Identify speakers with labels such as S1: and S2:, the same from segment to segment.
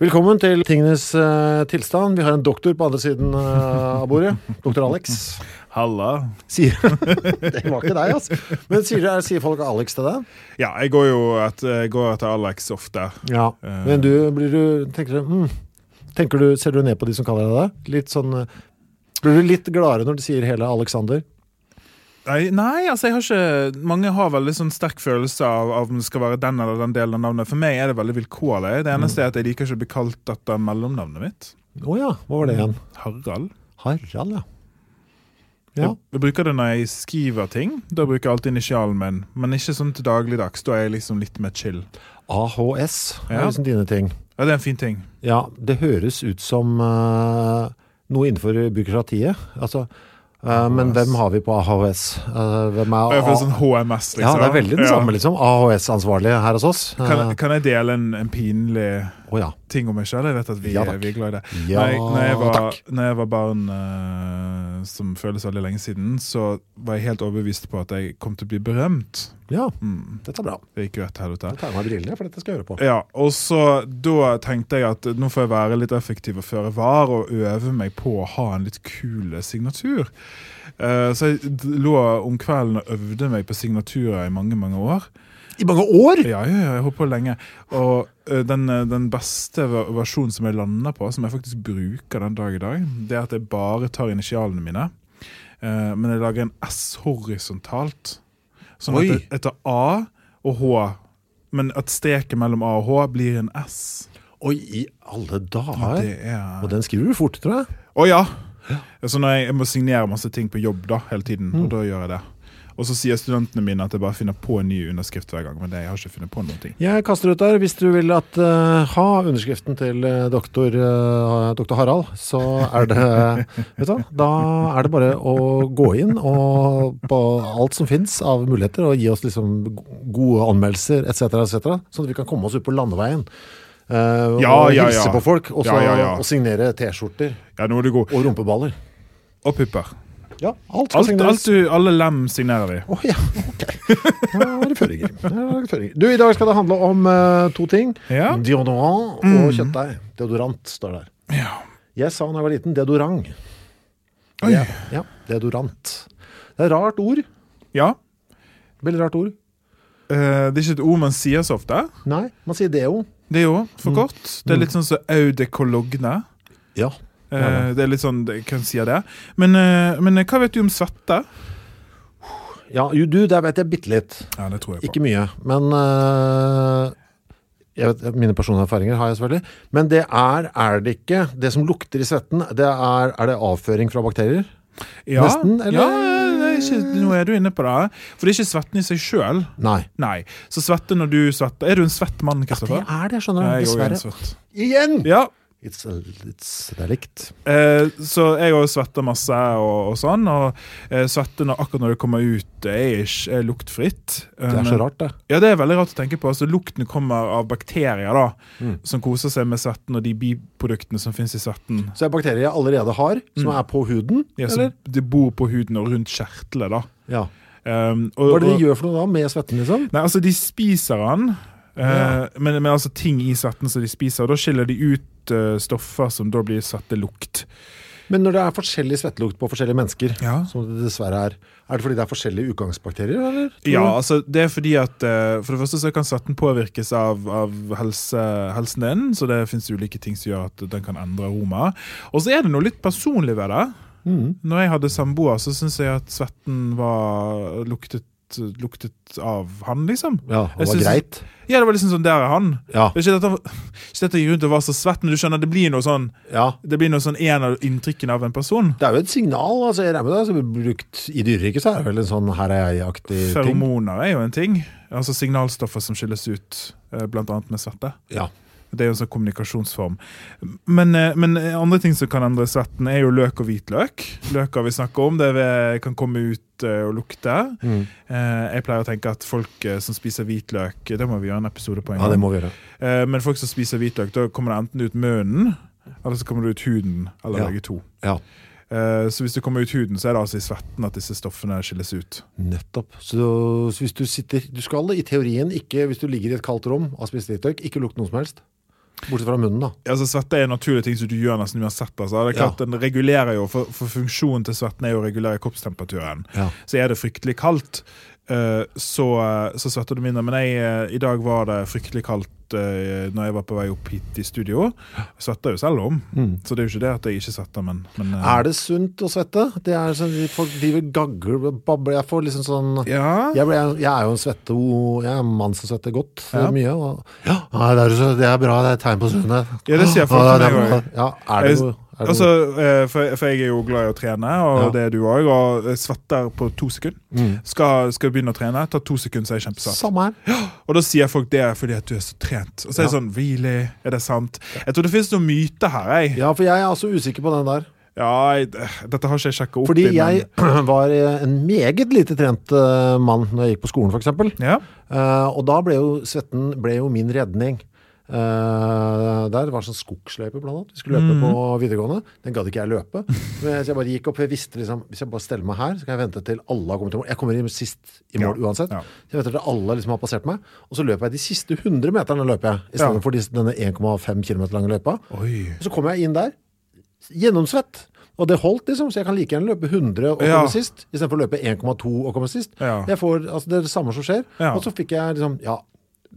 S1: Velkommen til Tingenes eh, tilstand. Vi har en doktor på andre siden eh, av bordet. Doktor Alex.
S2: Halla.
S1: Sier, det var ikke deg, altså. Men sier, det- sier folk Alex til deg?
S2: Ja, jeg går jo et, jeg går etter Alex ofte.
S1: Ja.
S2: Eh.
S1: Men du, blir du, tenker, du, mm, tenker du Ser du ned på de som kaller deg det? Litt sånn eh, Blir du litt gladere når de sier hele Alexander?
S2: Nei, nei, altså jeg har ikke Mange har veldig sånn sterk følelse av, av om det skal være den eller den delen av navnet. For meg er det veldig vilkårlig. Det eneste er at jeg liker ikke å bli kalt etter mellomnavnet mitt.
S1: Å ja, hva var det igjen?
S2: Harald.
S1: Harald, ja. Ja.
S2: Jeg, jeg bruker det når jeg skriver ting. Da bruker jeg alltid initialen min. Men ikke sånn til dagligdags. Da er jeg liksom litt mer chill.
S1: AHS er
S2: Ja.
S1: liksom dine ting.
S2: Ja, det er en fin ting.
S1: Ja, det høres ut som eh, noe innenfor byråkratiet. Altså, eh, men hvem har vi på AHS? Eh, hvem
S2: Og
S1: er
S2: jeg får sånn HMS, liksom. Ah.
S1: Ja, det er veldig den
S2: Ja.
S1: samme, liksom. AHS-ansvarlige her hos oss. Eh, Å
S2: Kan, kan jeg dele en, en pinlig
S1: ja.
S2: ting om meg sjøl. Jeg vet at vi,
S1: Ja, takk.
S2: er, vi er glad i det.
S1: Ja,
S2: når, jeg, når, jeg var,
S1: takk.
S2: når jeg var barn, eh, som føles veldig lenge siden, så var jeg helt overbevist på at jeg kom til å bli berømt.
S1: ja.
S2: Mm.
S1: Dette er bra.
S2: Det gikk jo etter helvete.
S1: Jeg tar av meg brillene, for dette skal jeg høre på.
S2: Ja, og så Da tenkte jeg at nå får jeg være litt effektiv og føre var og øve meg på å ha en litt kul signatur. Eh, så jeg d- lå om kvelden og øvde meg på signaturer i mange, mange år.
S1: I mange år!
S2: Ja, ja, ja, jeg holdt på lenge. Og ø, den, ø, den beste ver- versjonen som jeg lander på, som jeg faktisk bruker den dag i dag, det er at jeg bare tar initialene mine, eh, men jeg lager en S horisontalt. Sånn
S1: Oi.
S2: at jeg- jeg tar A og H, men at streken mellom A og H blir en S.
S1: Oi, i alle dager!
S2: Det er
S1: Og den skriver du fort, tror jeg.
S2: Å ja! Så når jeg, jeg må signere masse ting på jobb da, hele tiden, og da gjør jeg det. Og så sier studentene mine at jeg bare finner på en ny underskrift hver gang. Men det, jeg har ikke funnet på noen ting.
S1: Jeg kaster ut der. Hvis du vil at, eh, ha underskriften til eh, doktor, eh, doktor Harald, så er det Vet du hva? Da er det bare å gå inn og på alt som fins av muligheter, og gi oss liksom go- gode anmeldelser etc., etc., sånn at vi kan komme oss ut på landeveien. eh,
S2: Ja,
S1: og
S2: ja,
S1: hilse
S2: ja.
S1: på folk, og, så,
S2: Ja, ja, ja.
S1: og signere T-skjorter
S2: Ja, nå er du god.
S1: og rumpeballer.
S2: Og pupper.
S1: Ja, alt skal
S2: Alt, alt
S1: signeres.
S2: du, alle lem signerer vi.
S1: Å ja, ok. Da er det føringer. Da er det føringer. Du, I dag skal det handle om eh, to ting.
S2: Ja. Mm.
S1: Deodorant og kjøttdeig. Deodorant står der.
S2: Ja.
S1: Jeg sa da jeg var liten, deodorant.
S2: Oi.
S1: Ja, ja, deodorant. Det er et rart ord.
S2: Ja.
S1: Veldig rart ord.
S2: Eh, det er ikke et ord man sier så ofte.
S1: Nei, man sier deo.
S2: Det er jo for kort. Det er litt sånn som au de cologne.
S1: Ja.
S2: Eh, det er litt sånn, jeg kan si det. Men, eh, men eh, hva vet du om svette?
S1: ja jo, du, der vet jeg bitte litt.
S2: Ja, det tror jeg
S1: Ikke mye, men eh, jeg vet, Mine personlige erfaringer har jeg selvfølgelig. Men det er, er det ikke Det som lukter i svetten, det er, er det avføring fra bakterier?
S2: Ja,
S1: Nesten, eller?
S2: Ja, det er ikke, nå er du inne på det. For det er ikke svetten i seg sjøl.
S1: Nei.
S2: Nei. Så svette når du svetter. Er du en svett mann,
S1: Det
S2: Kristoffer?
S1: er det, skjønner
S2: Ja,
S1: du.
S2: jeg er jo en
S1: Dessverre.
S2: svett.
S1: Igjen!
S2: Ja.
S1: It's, it's, det er likt.
S2: Eh, så jeg òg svetter masse og, og sånn. Og eh, svetter når, akkurat når det kommer ut, er ikke er luktfritt. Eh,
S1: Det er så rart, det.
S2: Ja, det er veldig rart å tenke på. Altså, lukten kommer av bakterier da,
S1: Mm.
S2: som koser seg med svetten og de biproduktene som finnes i svetten.
S1: Så det er bakterier jeg allerede har,
S2: Mm.
S1: som er på huden.
S2: Ja, som
S1: eller?
S2: de bor på huden og rundt kjertlet. da.
S1: Ja.
S2: Um,
S1: Hva
S2: og,
S1: er det de
S2: og,
S1: gjør for noe da, med svetten, liksom?
S2: nei, altså, de spiser den, eh,
S1: Ja.
S2: men, men altså ting i svetten som de spiser. og Da skiller de ut eh, stoffer som da blir svettelukt.
S1: Men når det er forskjellig svettelukt på forskjellige mennesker,
S2: Ja.
S1: som det dessverre er, er det fordi det er forskjellige utgangsbakterier, eller? Tror
S2: Ja,
S1: du?
S2: altså det er fordi at eh, For det første så kan svetten påvirkes av, av helse, helsen din, så det fins ulike ting som gjør at den kan endre aroma. Og så er det noe litt personlig ved det.
S1: Mm.
S2: Når jeg hadde samboer, så syns jeg at svetten var luktet, luktet av han, liksom.
S1: Ja, og
S2: Jeg
S1: det var
S2: synes-
S1: greit.
S2: Ja, det var liksom sånn Der er han.
S1: Ja.
S2: Det er ikke dette, ikke dette gikk rundt og var så svett, men du skjønner, det blir noe sånn
S1: Ja.
S2: Det blir noe sånn en av inntrykkene av en person.
S1: Det er jo et signal, altså jeg regner med det, som blir brukt i dyreriket, så er det vel en sånn her er jeg-aktig ting.
S2: Feromoner er jo en ting. Altså signalstoffer som skilles ut, eh, blant annet med svette.
S1: Ja.
S2: Det er jo en sånn kommunikasjonsform. Men, eh, men andre ting som kan endre svetten, er jo løk og hvitløk. Løka vi snakker om, det ved- kan komme ut eh, og lukte.
S1: Mm.
S2: Eh, Jeg pleier å tenke at folk eh, som spiser hvitløk eh, Det må vi gjøre en episode på en
S1: ja,
S2: gang.
S1: det må vi gjøre.
S2: Eh, Men folk som spiser hvitløk, da kommer det enten ut munnen, eller så kommer det ut huden, eller
S1: Ja.
S2: begge to.
S1: Ja,
S2: Eh, Så hvis det kommer ut huden, så er det altså i svetten at disse stoffene skilles ut.
S1: nettopp. Så, så hvis du sitter, du skal i teorien ikke, hvis du ligger i et kaldt rom og har spist hvitløk, ikke lukte noe som helst. Bortsett fra munnen da.
S2: Altså, svette er en naturlig ting som du gjør nesten uansett. Altså. Det er klart
S1: Ja.
S2: den regulerer jo, for, for Funksjonen til svetten er jo å regulere kroppstemperaturen.
S1: Ja.
S2: Så er det fryktelig kaldt, eh, så, så svetter du mindre. Men jeg, eh, i dag var det fryktelig kaldt eh, når jeg var på vei opp hit i studio. Jeg svetter jo selv om, så det er jo ikke det at jeg ikke svetter, men, men eh,
S1: Mm. Er det sunt å svette? Det er sånn, folk driver gagler, babler, jeg får liksom sånn...
S2: ja.
S1: Jeg, ble, jeg er jo en svette, jeg er en mann som svetter godt eh,
S2: Ja.
S1: mye. Og, ja, nei, det, er, så- det er bra, det er et tegn på sunnhet.
S2: Ja, det sier folk
S1: Ja,
S2: til
S1: det er
S2: meg
S1: bra.
S2: også.
S1: Ja, er det
S2: Jeg-
S1: noe? Er det noe?
S2: Altså, eh, for, for jeg er jo glad i å trene, og
S1: Ja. Mm.
S2: det er du òg. Og jeg svetter på to sekunder. Skal, skal begynne å trene, tar to sekunder, så er jeg kjempesvett.
S1: Samme her.
S2: Og da sier folk det er fordi at du er så trent. Og så er det
S1: Ja.
S2: sånn Really? Er det sant? Jeg tror det finnes noen myter her, jeg.
S1: Ja, for jeg er altså usikker på den der.
S2: Ja, jeg, eh, dette har ikke jeg sjekka opp
S1: Fordi
S2: i, men-
S1: jeg var eh, en meget lite trent eh, mann når jeg gikk på skolen, for eksempel.
S2: ja.
S1: Eh, og da ble jo svetten ble jo min redning. Eh, der var sånn skogsløype blant annet Vi skulle løpe
S2: Mm.
S1: på videregående Den gadd ikke jeg løpe Men jeg- Så jeg bare gikk opp Jeg visste liksom Hvis jeg bare steller meg her Så kan jeg vente til alle har kommet i mål Jeg kommer inn sist i mål
S2: Ja,
S1: uansett
S2: ja.
S1: Så jeg venter til alle liksom har passert meg Og så løper jeg de siste 100 meterne løper jeg I stedet
S2: Ja.
S1: for disse- denne 1,5 km lange løypa
S2: Oi.
S1: Og så kommer jeg inn der Gjennomsvett og det holdt liksom, så jeg kan like gjerne løpe 100 og komme
S2: Ja.
S1: sist, i stedet for å løpe 1,2 og komme sist.
S2: Ja.
S1: Jeg får, altså det er det samme som skjer.
S2: Ja.
S1: Og så fikk jeg liksom, ja,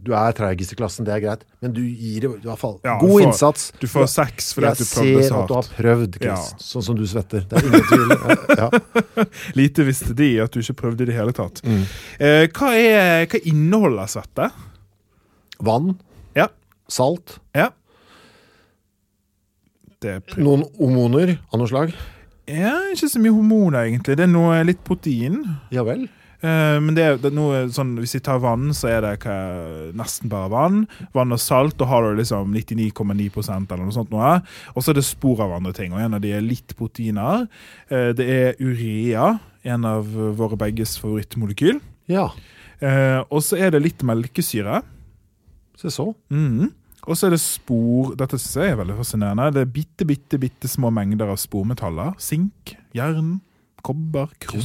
S1: du er treigest i klassen, det er greit, men du gir i hvert fall
S2: Ja,
S1: god
S2: du får-
S1: innsats.
S2: du får seks fordi at
S1: jeg
S2: du prøvde
S1: ser
S2: så
S1: at du har
S2: hardt.
S1: prøvd, Chris,
S2: Ja.
S1: sånn som du svetter. Det er ingen tvil. Ja, ja.
S2: Lite visste de at du ikke prøvde i det hele tatt.
S1: Mm.
S2: Eh, hva, er, hva inneholder svette?
S1: Vann,
S2: Ja.
S1: salt,
S2: ja. Det er pri-
S1: noen omoner av noe slag.
S2: Ja, ikke så mye hormoner, egentlig. Det er noe litt protein.
S1: Ja vel.
S2: Eh, men det er, det er noe sånn, hvis vi tar vann, så er det hva, nesten bare vann. Vann og salt, da har du liksom 99,9 eller noe sånt. noe. Og så er det spor av andre ting, og en av de er litt proteiner. Eh, det er urea, en av våre begges favorittmolekyl.
S1: Ja,
S2: Eh, og så er det litt melkesyre.
S1: se så.
S2: Mhm. Og så er det spor Dette synes jeg er veldig fascinerende. Det er bitte, bitte, bitte små mengder av spormetaller. Sink, jern, kobber, krom.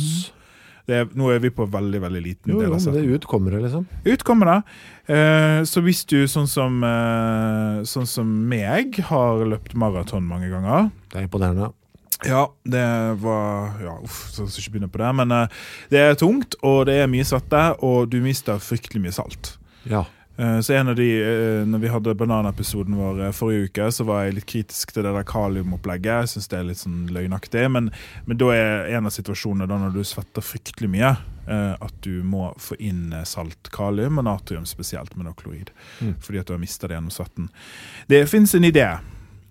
S2: Det er, nå er vi på veldig veldig liten
S1: Jo,
S2: del
S1: jo,
S2: av
S1: men det
S2: svetten.
S1: ut kommer det liksom.
S2: Ut kommer det. Eh, så hvis du, sånn som, eh, sånn som meg, har løpt maraton mange ganger
S1: Det er imponerende.
S2: Ja, det var Ja, uff, så skal jeg ikke begynne på det. Men eh, det er tungt, og det er mye svette, og du mister fryktelig mye salt.
S1: Ja.
S2: Eh, Så en av de, eh, når vi hadde bananepisoden vår eh, forrige uke, så var jeg litt kritisk til det der kaliumopplegget. Jeg synes det er litt sånn løgnaktig. Men, men da er en av situasjonene da når du svetter fryktelig mye, eh, at du må få inn eh, salt, kalium og natrium spesielt, men også klorid. Fordi at du har mistet det gjennom svetten. Det fins en idé,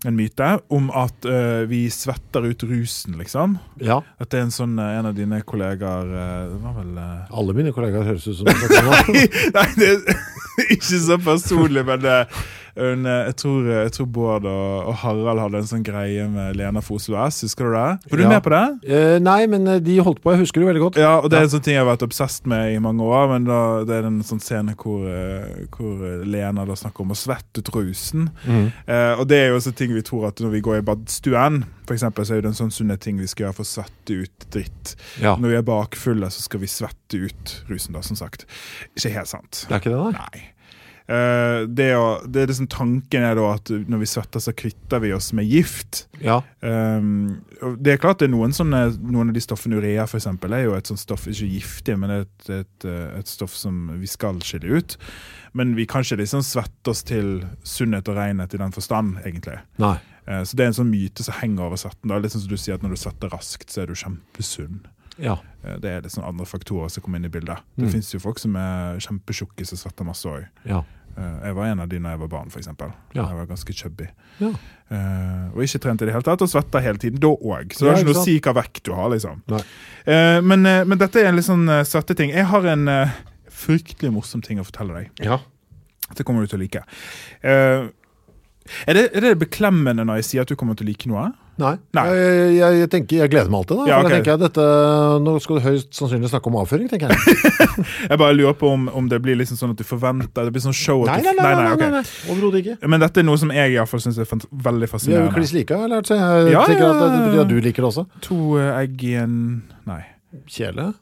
S2: en myte, om at eh, vi svetter ut rusen, liksom.
S1: Ja,
S2: At det er en sånn eh, en av dine kollegaer eh, Det var vel eh,
S1: alle mine kollegaer høres ut som
S2: Nei, det er ikke så personlig, men det, hun, eh, jeg, tror, jeg tror Bård og, og Harald hadde en sånn greie med Lena for Oslo S. Husker du det? Var du
S1: Ja.
S2: med på det?
S1: Eh, Nei, men eh, de holdt på, jeg husker det veldig godt.
S2: Ja, og det er en sånn ting jeg har vært obsesst med i mange år. Men da, det er en sånn scene hvor, eh, hvor eh, Lena da snakker om å svette ut rusen.
S1: Mhm.
S2: Eh, og det er jo også ting vi tror at når vi går i badstuen, for eksempel, så er det en sånn sunne ting vi skal gjøre for å svette ut dritt.
S1: Ja.
S2: Når vi er bakfulle, så skal vi svette ut rusen, da, som sagt. Ikke helt sant.
S1: Det er ikke det, nei.
S2: Nei. Eh, det, å, det er liksom Tanken er da at når vi svetter, så kvitter vi oss med gift.
S1: Ja.
S2: Ehm, og det er klart det er noen sånne Noen av de stoffene urea for eksempel, er jo et sånt stoff ikke giftig, men et, et, eh, et stoff som vi skal skille ut. Men vi kan ikke liksom svette oss til sunnhet og renhet i den forstand, egentlig.
S1: Nei.
S2: Eh, Så det er en sånn myte som henger over svetten. da. Litt sånn som du sier at Når du svetter raskt, så er du kjempesunn.
S1: Ja.
S2: Eh, Det er litt sånn andre faktorer som kommer inn i bildet. Det
S1: Mm.
S2: finnes jo folk som er kjempetjukke som svetter masse òg.
S1: Ja.
S2: Eh, Jeg var en av de når jeg var barn, f.eks.
S1: Ja.
S2: Jeg var ganske chubby.
S1: ja.
S2: Eh, og ikke trent i det hele tatt, og svetta hele tiden da òg. Så det
S1: Ja,
S2: har
S1: ikke
S2: ikke noe å si hva vekt du har, liksom.
S1: Nei.
S2: Eh, men, eh, men dette er en litt sånn eh, svetteting. Jeg har en eh, fryktelig morsom ting å fortelle deg.
S1: Ja.
S2: Dette kommer du til å like. Eh, er, det, er det beklemmende når jeg sier at du kommer til å like noe?
S1: Nei.
S2: Nei.
S1: Jeg, jeg, jeg, tenker, jeg gleder meg alltid, da.
S2: Ja,
S1: For da
S2: ok.
S1: tenker jeg dette, Nå skal du høyst sannsynlig snakke om avføring, tenker jeg.
S2: Jeg bare lurer på om, om det blir liksom sånn at du forventer Det blir sånn show
S1: Nei,
S2: at du,
S1: nei, nei. nei, nei,
S2: ok.
S1: nei, Overhodet ikke.
S2: Men dette er noe som jeg i hvert fall syns er fant-
S1: Vi er
S2: veldig
S1: jo
S2: fascinerende.
S1: kliss like, har jeg lært, så jeg
S2: Ja,
S1: tenker
S2: ja,
S1: at det, det betyr
S2: ja.
S1: at du liker det også.
S2: To eh, egg i en Nei.
S1: Kjele?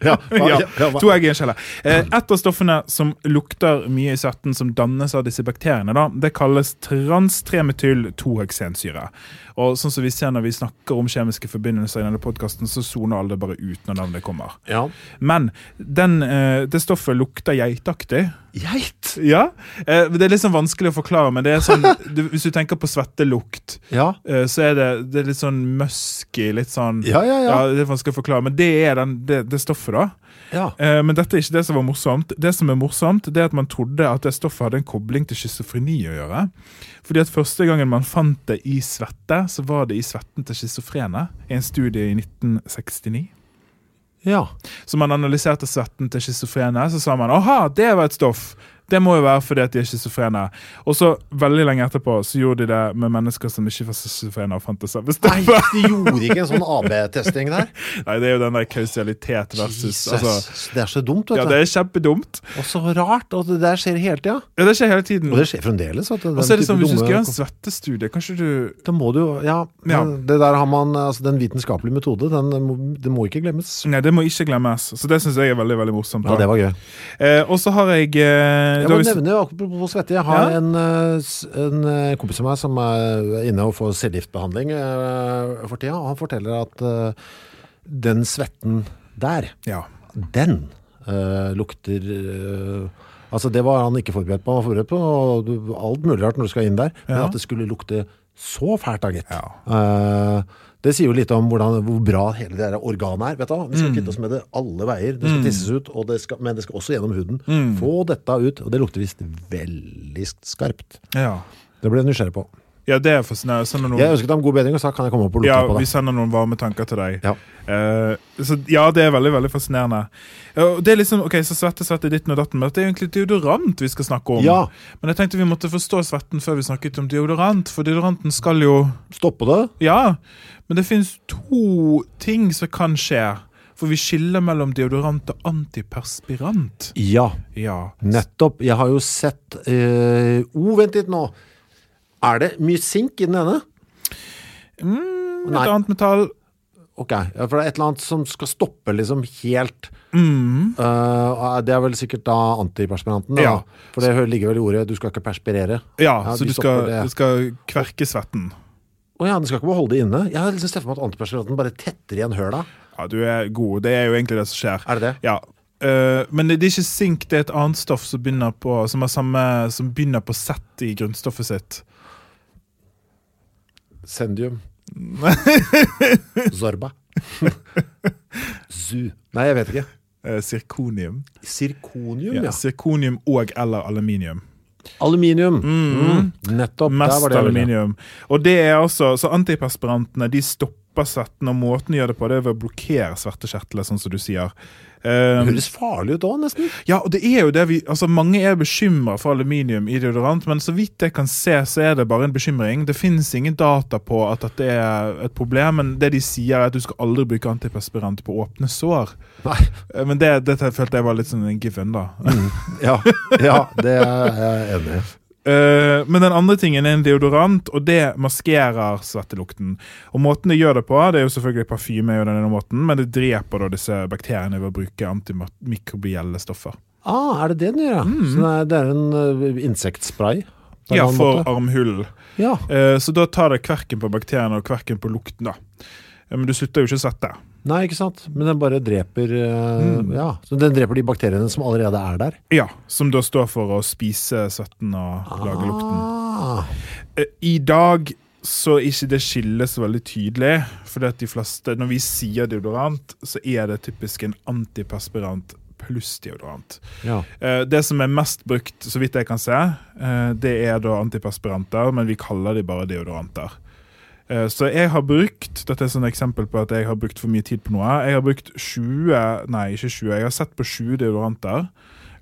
S1: ja, hva,
S2: Ja,
S1: ja, ja, hva?
S2: To egg i en kjele. Eh, Et av stoffene som lukter mye i svetten, som dannes av disse bakteriene, da, det kalles trans-3-metyl-2-heksensyre. Og sånn som vi ser når vi snakker om kjemiske forbindelser i denne podkasten, så soner alle bare ut når navnet kommer.
S1: Ja.
S2: Men den, eh, det stoffet lukter geitaktig.
S1: Geit!
S2: Ja, eh, Det er litt sånn vanskelig å forklare, men det er sånn, du, hvis du tenker på svettelukt,
S1: Ja.
S2: eh, så er det, det er litt sånn musky, litt sånn
S1: Ja, ja, ja.
S2: Det er vanskelig å forklare, men det er den, det, det stoffet, da.
S1: ja.
S2: Eh, Men dette er ikke det som var morsomt. Det som er morsomt, det er at man trodde at det stoffet hadde en kobling til schizofreni å gjøre. Fordi at første gangen man fant det i svette, så var det i svetten til schizofrene. I en studie i 1969.
S1: ja.
S2: Så man analyserte svetten til schizofrene, så sa man aha, det var et stoff. Det må jo være fordi at de er schizofrene. Og så veldig lenge etterpå så gjorde de det med mennesker som ikke var schizofrene og fant det samme
S1: Nei,
S2: stoffet.
S1: de gjorde ikke en sånn AB-testing der.
S2: Nei, det er jo den der kausalitet versus
S1: Jesus,
S2: altså,
S1: det er så dumt, vet
S2: Ja,
S1: du.
S2: det er kjempedumt.
S1: Og så rart, og det der skjer hele tida.
S2: Ja, det er ikke hele tiden.
S1: Og det skjer fremdeles. Vet du, den
S2: Og så er det
S1: type
S2: sånn, Hvis du
S1: dumme-
S2: skal gjøre en svettestudie, kanskje du
S1: Da må du jo ja,
S2: Ja.
S1: men det der har man altså Den vitenskapelige metode, den må, det må ikke glemmes.
S2: Nei, det må ikke glemmes. Så det syns jeg er veldig veldig morsomt. da.
S1: Ja, det var gøy.
S2: eh, og så har jeg eh,
S1: Jeg
S2: da
S1: må
S2: hvis-
S1: nevne, apropos svette, jeg har
S2: Ja.
S1: en, eh, s- en eh, kompis av meg som er inne og får cellegiftbehandling eh, for tida, og han forteller at eh, den svetten der,
S2: Ja.
S1: den eh, lukter eh, Altså, det var han ikke forberedt på. Han var forberedt på og du- alt mulig rart når du skal inn der, men
S2: Ja.
S1: at det skulle lukte så fælt da, gitt.
S2: Ja.
S1: Eh, det sier jo litt om hvordan, hvor bra hele det der organet er. Vet du, hva? Vi skal kvitte oss med det alle veier. Det skal tisses ut, og det skal, men det skal også gjennom huden. Få dette ut. Og det lukter visst veldig skarpt.
S2: ja.
S1: Det ble jeg nysgjerrig på.
S2: Ja, det er fascinerende. Sender noen,
S1: Jeg ønsket ham god bedring og sa kan jeg komme opp og lukte
S2: ja,
S1: på
S2: vi
S1: det.
S2: sender noen varme tanker til deg.
S1: Ja.
S2: Eh, så, ja, det er veldig veldig fascinerende. Ja, og Det er liksom, ok, Så svette, svette, ditten og datten, men det er egentlig deodorant vi skal snakke om.
S1: Ja.
S2: Men jeg tenkte vi måtte forstå svetten før vi snakket om deodorant, for deodoranten skal jo
S1: Stoppe det?
S2: Ja, men det finnes to ting som kan skje. For vi skiller mellom deodorant og antiperspirant.
S1: Ja.
S2: Ja.
S1: Nettopp. Jeg har jo sett eh, oh, vent litt nå. Er det mye sink i den ene?
S2: Et
S1: Nei.
S2: annet metall.
S1: Ok, ja, for det er et eller annet som skal stoppe liksom helt
S2: Mm.
S1: Eh, og Det er vel sikkert da antiperspiranten da,
S2: Ja.
S1: For det hø- ligger vel i ordet Du skal ikke perspirere
S2: Ja, så
S1: de
S2: du
S1: stopper
S2: skal,
S1: det.
S2: du skal kverke svetten.
S1: Å ja, den skal ikke bare holde det inne Jeg har liksom sett for meg at antiperspiranten bare tetter igjen høla
S2: Ja, du er god. Det er jo egentlig det som skjer.
S1: Er det det?
S2: Ja. Eh, men det er ikke sink, det er et annet stoff som begynner på Som, har samme, som begynner på Z i grunnstoffet sitt.
S1: Sendium Zorba Zu Nei, jeg vet ikke
S2: Eh, sirkonium.
S1: Sirkonium,
S2: Ja.
S1: ja,
S2: Sirkonium og eller aluminium.
S1: Aluminium mm. Nettopp der
S2: Mm-hmm. Mest
S1: var det jeg ville.
S2: aluminium. Og det er altså, så Antiperspirantene de stopper svetten, og måten de gjør det på, det er ved å blokkere svettekjertlene, sånn som du sier.
S1: Det
S2: Eh,
S1: høres farlig ut da, nesten
S2: ja, og det er jo det vi, altså Mange er bekymra for aluminium i deodorant, men så vidt jeg kan se, så er det bare en bekymring. Det finnes ingen data på at dette er et problem, men det de sier, er at du skal aldri bruke antiperspirant på åpne sår.
S1: Nei,
S2: Eh, Men det, dette følte jeg var litt sånn en given, da.
S1: Mm. ja, ja det er jeg enig i
S2: Eh, men den andre tingen er en deodorant, og det maskerer svettelukten. Og måten det gjør det på, det er jo selvfølgelig parfyme, er jo den ene måten, men det dreper da disse bakteriene ved å bruke antimikrobielle stoffer.
S1: Ah, er det det den gjør, ja? Så det er, det er en eh, insektspray? på en
S2: Mm-hmm. Ja,
S1: annen
S2: for
S1: måte.
S2: armhulen.
S1: Ja.
S2: Eh, Så da tar det kverken på bakteriene og kverken på lukten, da. Eh, Men du slutter jo ikke å svette.
S1: Nei, ikke sant? Men den bare dreper eh,
S2: Mm.
S1: Ja, så den dreper de bakteriene som allerede er der.
S2: Ja, som da står for å spise svetten og lage lukten.
S1: Ah,
S2: Eh, I dag så er ikke det skillet så veldig tydelig. For det at de fleste, når vi sier deodorant, så er det typisk en antiperspirant pluss deodorant.
S1: ja.
S2: Eh, Det som er mest brukt, så vidt jeg kan se, eh, det er da antiperspiranter, men vi kaller de bare deodoranter. Eh, Så jeg har brukt Dette er sånn eksempel på at jeg har brukt for mye tid på noe. Jeg har brukt 20 Nei, ikke 20. Jeg har sett på 20 deodoranter.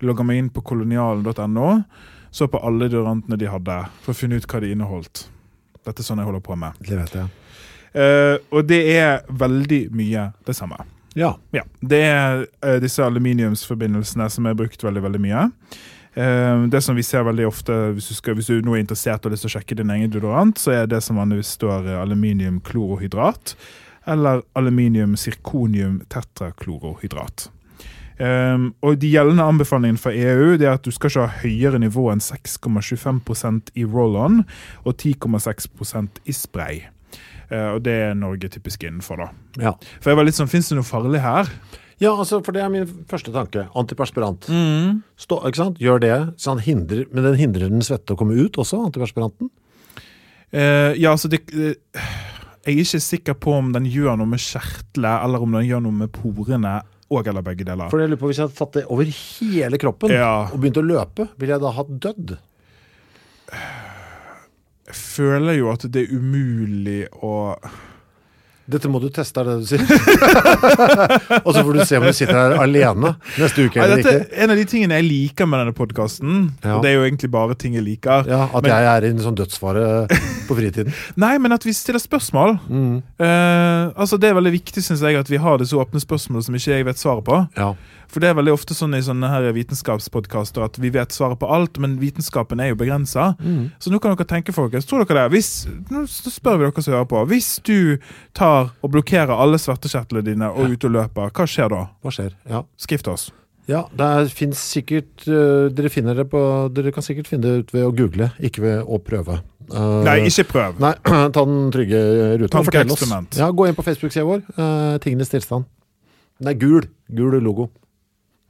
S2: Logga meg inn på kolonialen.no. Så på alle deodorantene de hadde, for å finne ut hva de inneholdt. Dette er sånn jeg holder på med.
S1: Det vet jeg.
S2: Eh, Og det er veldig mye det samme.
S1: Ja.
S2: Ja, det er eh, disse aluminiumsforbindelsene som er brukt veldig, veldig mye. Eh, det som vi ser veldig ofte, hvis du, skal, hvis du nå er interessert og har lyst til å sjekke din egen deodorant, så er det som vanligvis står eh, aluminiumklorohydrat, eller aluminium-sirkonium-tetraklorohydrat. Eh, og De gjeldende anbefalingene fra EU det er at du skal ikke ha høyere nivå enn 6,25 i roll-on og 10,6 i spray. Eh, og Det er Norge typisk innenfor. da.
S1: ja.
S2: For jeg var litt sånn, Fins det noe farlig her?
S1: Ja, altså, for det er min første tanke. Antiperspirant.
S2: Mm-hmm.
S1: Stå, ikke sant? Gjør det, så han hindrer, men den hindrer den svette å komme ut også, antiperspiranten.
S2: Eh, ja, altså det, eh, Jeg er ikke sikker på om den gjør noe med kjertler, eller om den gjør noe med porene, og eller begge deler.
S1: For jeg lurer på, hvis jeg hadde tatt det over hele kroppen
S2: Ja.
S1: og begynt å løpe, ville jeg da ha dødd?
S2: Jeg føler jo at det er umulig å
S1: Dette må du teste, er det du sier. og så får du se om du sitter her alene neste uke
S2: Nei,
S1: eller
S2: dette,
S1: ikke.
S2: En av de tingene jeg liker med denne podkasten,
S1: Ja.
S2: og det er jo egentlig bare ting jeg liker
S1: Ja, At
S2: men,
S1: jeg er i en sånn dødsfare på fritiden.
S2: Nei, men at vi stiller spørsmål.
S1: Mm.
S2: Eh, altså Det er veldig viktig, syns jeg, at vi har disse åpne spørsmålene som ikke jeg vet svaret på.
S1: Ja.
S2: For det er veldig ofte sånn i sånne her vitenskapspodkaster at vi vet svaret på alt, men vitenskapen er jo begrensa.
S1: Mm.
S2: Så nå kan dere tenke, folkens. Tror dere det? Hvis, nå s- spør vi dere som hører på. Hvis du tar og blokkerer alle svettekjertlene dine og er ute og løper, hva skjer da?
S1: Hva skjer? Ja,
S2: Skriv til oss.
S1: ja det er- finnes sikkert øh, Dere finner det på Dere kan sikkert finne det ut ved å google, ikke ved å prøve. Uh,
S2: Nei, ikke prøv.
S1: Nei, ta den trygge ruta. og Fortell oss.
S2: Tankeeksperiment.
S1: Ja, gå inn på Facebook-sida vår. eh, tingenes tilstand. Den er gul. Gul logo.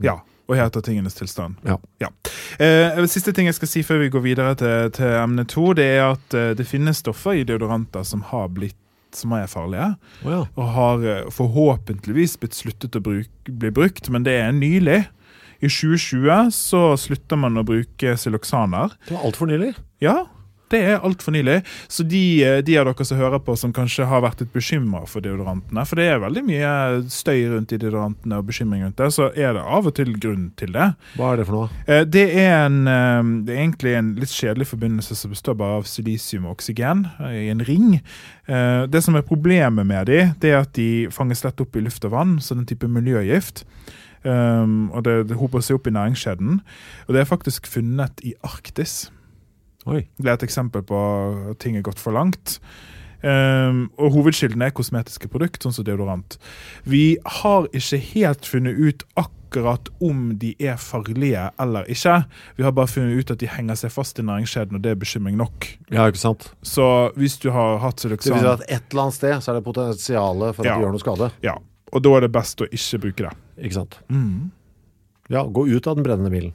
S2: Ja. Og heter tingenes tilstand.
S1: Mm. Ja.
S2: Ja. Eh, siste ting jeg skal si før vi går videre til, til emne to, det er at eh, det finnes stoffer i deodoranter som har blitt som er farlige.
S1: Å ja.
S2: og har eh, forhåpentligvis blitt sluttet å bruk- bli brukt, men det er nylig. I 2020 så slutter man å bruke siloxaner.
S1: Det var altfor nylig.
S2: Ja, det er altfor nylig. Så de, eh, de av dere som hører på som kanskje har vært litt bekymra for deodorantene, for det er veldig mye støy rundt i deodorantene og bekymring rundt det, så er det av og til grunn til det.
S1: Hva er det for noe?
S2: Eh, Det er, en, eh, det er egentlig en litt kjedelig forbindelse som består bare av silisium og oksygen eh, i en ring. Eh, Det som er problemet med de, det er at de fanges lett opp i luft og vann, så det er en type miljøgift. Um, og det, det hoper seg opp i næringskjeden. Og det er faktisk funnet i Arktis.
S1: Oi.
S2: Det er et eksempel på at ting er gått for langt. Um, og hovedkilden er kosmetiske produkt, sånn som deodorant. Vi har ikke helt funnet ut akkurat om de er farlige eller ikke. Vi har bare funnet ut at de henger seg fast i næringskjeden, og det er bekymring nok.
S1: Ja, ikke sant. Sånn.
S2: Så hvis du har hatt
S1: Det vil si
S2: siloxan
S1: at et eller annet sted så er det potensialet for at
S2: Ja.
S1: det gjør noe skade.
S2: ja, Og da er det best å ikke bruke det.
S1: Ikke sant. Ja, gå ut av den brennende bilen.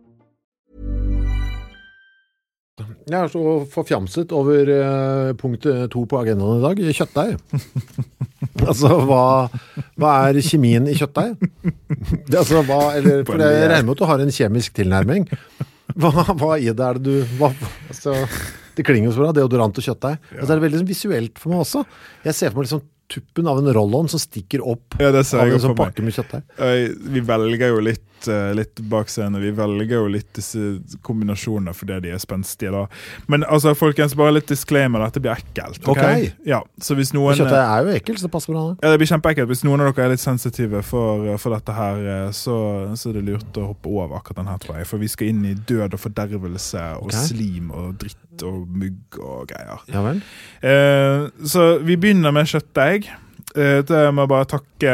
S1: Jeg er så forfjamset over eh, punkt eh, to på agendaen i dag, kjøttdeig. altså, hva, hva er kjemien i kjøttdeig? Det, er altså, hva, eller, for jeg regner med at du har en kjemisk tilnærming. Hva, hva i det er det du hva, altså, Det klinger jo så bra, deodorant og kjøttdeig. Og så er det veldig sånn, visuelt for meg også. Jeg ser for meg liksom tuppen av en roll-on som stikker opp
S2: Ja, det ser
S1: av
S2: jeg
S1: en
S2: jo
S1: sånn
S2: for meg.
S1: pakke med kjøttdeig.
S2: Eh, Vi velger jo litt, eh, litt bak scenen. Vi velger jo litt disse kombinasjonene fordi de er spenstige. da. Men altså, folkens, bare litt disclaimer. Dette blir ekkelt.
S1: Ok.
S2: Ja, så hvis noen... eh,
S1: Men Kjøttdeig er jo ekkelt, så det passer bra. det.
S2: Ja, Det blir kjempeekkelt. Hvis noen av dere er litt sensitive for, for dette, her, eh, så, så er det lurt å hoppe over akkurat den her, tror jeg. For vi skal inn i død og fordervelse og
S1: Ok.
S2: slim og dritt og mugg og greier.
S1: Ja vel.
S2: Eh, så vi begynner med kjøttdeig. Eh, det må jeg bare takke,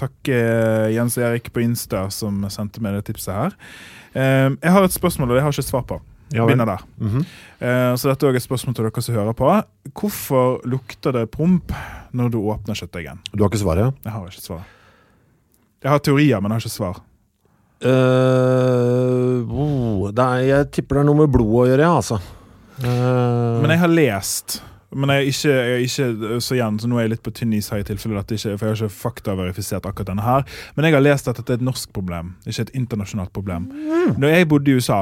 S2: takke Jens og Erik på Insta som sendte meg det tipset her. Eh, jeg har et spørsmål, og det har jeg ikke svar på.
S1: Ja vel. Mhm.
S2: Begynner der. Eh, så dette er også et spørsmål til dere som hører på. Hvorfor lukter det promp når du åpner kjøttdeigen?
S1: Du har ikke svaret?
S2: Jeg har ikke svar. Jeg har teorier, men jeg har ikke svar.
S1: Uh, jeg tipper det er noe med blodet å gjøre, ja, altså. Eh,
S2: Men jeg har lest. Men jeg er ikke, jeg er ikke eh, så igjen, så nå er jeg litt på tynn is her, i tilfelle dette ikke, for jeg har ikke faktaverifisert akkurat denne her. Men jeg har lest at dette er et norsk problem, ikke et internasjonalt problem.
S1: Mm.
S2: Når jeg bodde i USA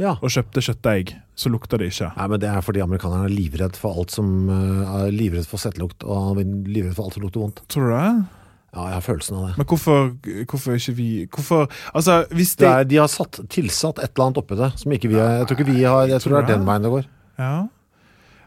S1: ja.
S2: og kjøpte kjøttdeig, så lukta det ikke.
S1: Nei, men Det er fordi amerikanerne er livredd for alt som eh, er livredd for settelukt og livredd for alt som lukter vondt.
S2: Tror du det?
S1: Ja, jeg har følelsen av det.
S2: Men hvorfor, hvorfor ikke vi Hvorfor Altså, hvis
S1: det
S2: det
S1: er, de har satt, tilsatt et eller annet oppi det som ikke vi har Jeg tror ikke vi har Jeg tror det er den veien det går.
S2: Ja.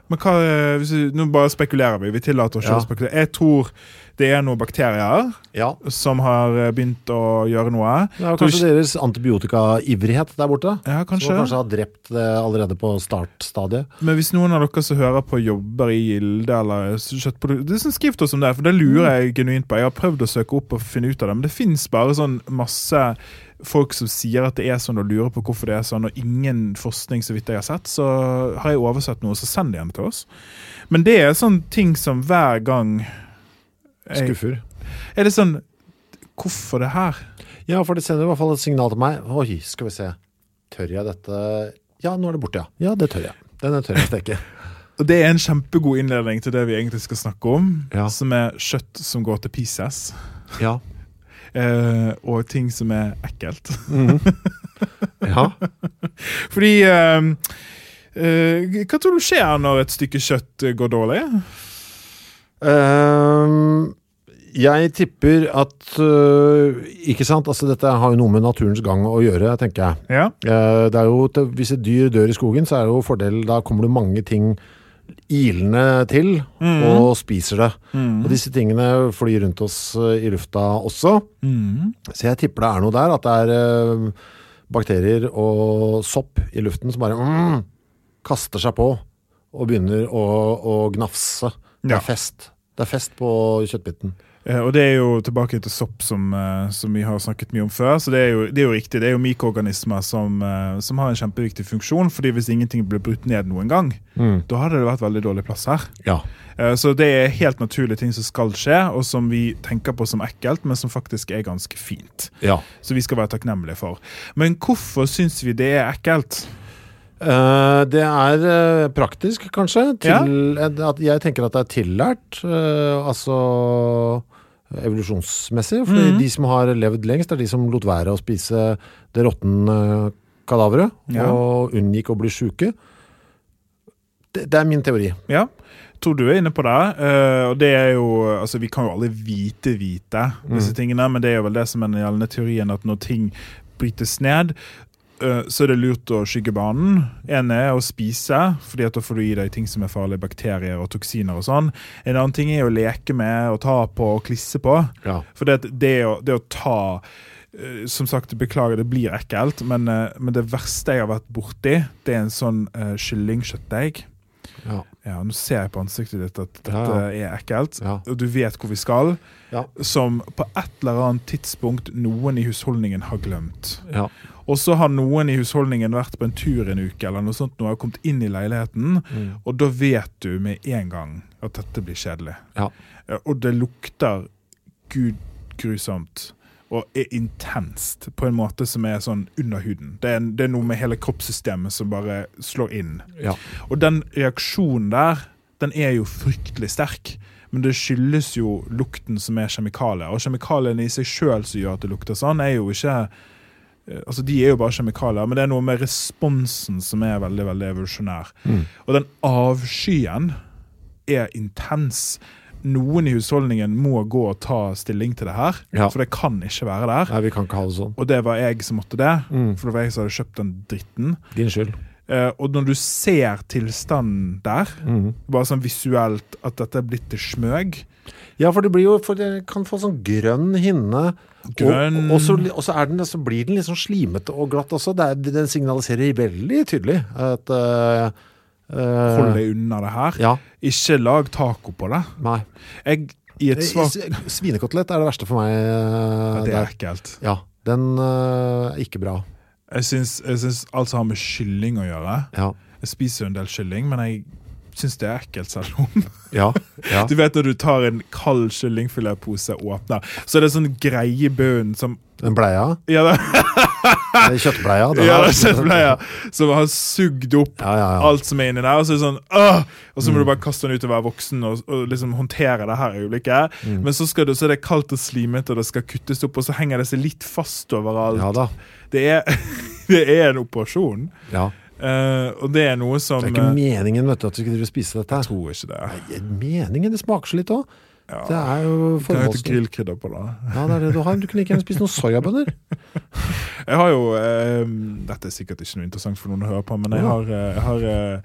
S2: Men hva eh, hvis vi, Nå bare spekulerer vi. Vi tillater oss ikke
S1: Ja.
S2: å spekulere. Jeg tror det er noen bakterier
S1: Ja.
S2: som har eh, begynt å gjøre noe.
S1: Det er jo
S2: Tror
S1: kanskje
S2: ikke-
S1: deres antibiotika'ivrighet der borte. da.
S2: Ja, kanskje.
S1: Som kanskje har drept det allerede på startstadiet.
S2: Men hvis noen av dere som hører på jobber i Gilde eller kjøttprodukt det er sånn, Skriv til oss om det, for det lurer jeg genuint på. Jeg har prøvd å søke opp og finne ut av det, men det fins bare sånn masse folk som sier at det er sånn, og lurer på hvorfor det er sånn, og ingen forskning, så vidt jeg har sett. Så har jeg oversett noe, så send det igjen til oss. Men det er sånn ting som hver gang jeg,
S1: Skuffer.
S2: Er det sånn Hvorfor det her?
S1: Ja, for det sender i hvert fall et signal til meg. Oi, skal vi se. Tør jeg dette Ja, nå er det borte, ja. Ja, det tør jeg. Den tør jeg steke.
S2: Og Det er en kjempegod innledning til det vi egentlig skal snakke om,
S1: Ja.
S2: som er kjøtt som går til pieces.
S1: ja.
S2: eh, og ting som er ekkelt.
S1: ja.
S2: Fordi eh, eh, Hva tror du skjer når et stykke kjøtt eh, går dårlig?
S1: Ehm, jeg tipper at øh, Ikke sant? Altså, dette har jo noe med naturens gang å gjøre, tenker jeg.
S2: Ja.
S1: Eh, det er jo, til- hvis et dyr dør i skogen, så er det jo fordel Da kommer det mange ting ilende til og spiser det. Og disse tingene flyr rundt oss eh, i lufta også. Så jeg tipper det er noe der. At det er eh, bakterier og sopp i luften som bare mm, kaster seg på og begynner å, å gnafse. Det
S2: Ja.
S1: er fest. Det er fest på kjøttbiten.
S2: Eh, og det er jo tilbake til sopp, som, eh, som vi har snakket mye om før. Så det er jo, det er jo riktig. Det er jo mikroorganismer som, eh, som har en kjempeviktig funksjon. fordi hvis ingenting blir brutt ned noen gang, da hadde det vært veldig dårlig plass her.
S1: Ja.
S2: Eh, Så det er helt naturlige ting som skal skje, og som vi tenker på som ekkelt, men som faktisk er ganske fint.
S1: ja.
S2: Så vi skal være takknemlige for. Men hvorfor syns vi det er ekkelt?
S1: Eh, det er eh, praktisk, kanskje. Til, eh, at jeg tenker at det er tillært. eh, altså evolusjonsmessig. For de som har levd lengst, er de som lot være å spise det råtne eh, kadaveret.
S2: Ja.
S1: Og unngikk å bli sjuke. Det, det er min teori.
S2: Ja, tror du er inne på det. eh, og det er jo, altså Vi kan jo aldri vite vite disse tingene, men det er jo vel det som er den gjeldende teorien, at når ting brytes ned, eh, så er det lurt å skygge banen. En er å spise, fordi at da får du i deg ting som er farlige, bakterier og toksiner og sånn. En annen ting er å leke med, å ta på og klisse på.
S1: Ja.
S2: For det, at det, å, det å ta eh, som sagt, Beklager, det blir ekkelt, men, eh, men det verste jeg har vært borti, det er en sånn uh, kyllingkjøttdeig.
S1: Ja.
S2: Ja, nå ser jeg på ansiktet ditt at dette
S1: Ja,
S2: er ekkelt,
S1: Ja.
S2: og du vet hvor vi skal,
S1: Ja.
S2: som på et eller annet tidspunkt noen i husholdningen har glemt.
S1: Ja.
S2: Og så har noen i husholdningen vært på en tur en uke, eller noe sånt, nå har kommet inn i leiligheten,
S1: Mm.
S2: og da vet du med en gang at dette blir kjedelig.
S1: Ja.
S2: Eh, Og det lukter gud grusomt. Og er intenst på en måte som er sånn under huden. Det er, det er noe med hele kroppssystemet som bare slår inn.
S1: Ja.
S2: Og den reaksjonen der, den er jo fryktelig sterk. Men det skyldes jo lukten som er kjemikalier. Og kjemikaliene i seg sjøl som gjør at det lukter sånn, er jo ikke eh, Altså, De er jo bare kjemikalier, men det er noe med responsen som er veldig veldig evolusjonær.
S1: Mm.
S2: Og den avskyen er intens. Noen i husholdningen må gå og ta stilling til det her,
S1: Ja.
S2: for det kan ikke være der.
S1: Nei, Mm. vi kan ikke ha det sånn.
S2: Og det var jeg som måtte det, for det var jeg som hadde kjøpt den dritten.
S1: Din skyld.
S2: Eh, og når du ser tilstanden der,
S1: Mm.
S2: bare sånn visuelt at dette er blitt til smøg
S1: Ja, for det blir jo for det kan få sånn grønn hinne.
S2: Grønn.
S1: Og, og, så, li- og så, er den, så blir den litt sånn slimete og glatt også. Det er, den signaliserer veldig tydelig at eh, eh,
S2: Hold deg unna det her.
S1: Ja.
S2: Ikke lag taco på det.
S1: Nei.
S2: Jeg, i et svar
S1: Eh, S- Svinekotelett er det verste for meg.
S2: ja,
S1: eh,
S2: Det er
S1: der.
S2: ekkelt.
S1: Ja, den eh, er ikke bra.
S2: Jeg syns, jeg syns alt som har med kylling å gjøre
S1: Ja.
S2: Jeg spiser jo en del kylling, men jeg syns det er ekkelt selv om.
S1: Ja. ja.
S2: Du vet når du tar en kald kyllingfiletpose og åpner, så er det sånn greie i bunnen som
S1: Den bleia.
S2: Ja, det,
S1: eh, Kjøttbleia. den
S2: ja,
S1: er-
S2: det er kjøttbleier som har sugd opp
S1: Ja, ja, Mm. ja.
S2: alt som er inni der. Og så er det sånn, Åh! Og så må du bare kaste den ut og være voksen og, og liksom håndtere det her øyeblikket.
S1: Mm.
S2: Men så, skal det, så er det kaldt og slimete, og det skal kuttes opp, og så henger det seg litt fast overalt.
S1: Ja da.
S2: Det, er, det er en operasjon.
S1: Ja.
S2: Eh, og det er noe som
S1: Det er ikke
S2: eh,
S1: meningen vet du, at du skal drive og spise dette. her.
S2: tror ikke det.
S1: Det er Meningen? Det smaker så litt òg. Det er jo
S2: Hva heter
S1: formålsen.
S2: grillkrydder på det?
S1: Ja, det er det du har. Du kunne ikke gjerne spist noen soyabønner.
S2: Jeg har jo eh, Dette er sikkert ikke noe interessant for noen å høre på, men jeg
S1: Ja.
S2: har, eh, jeg har eh,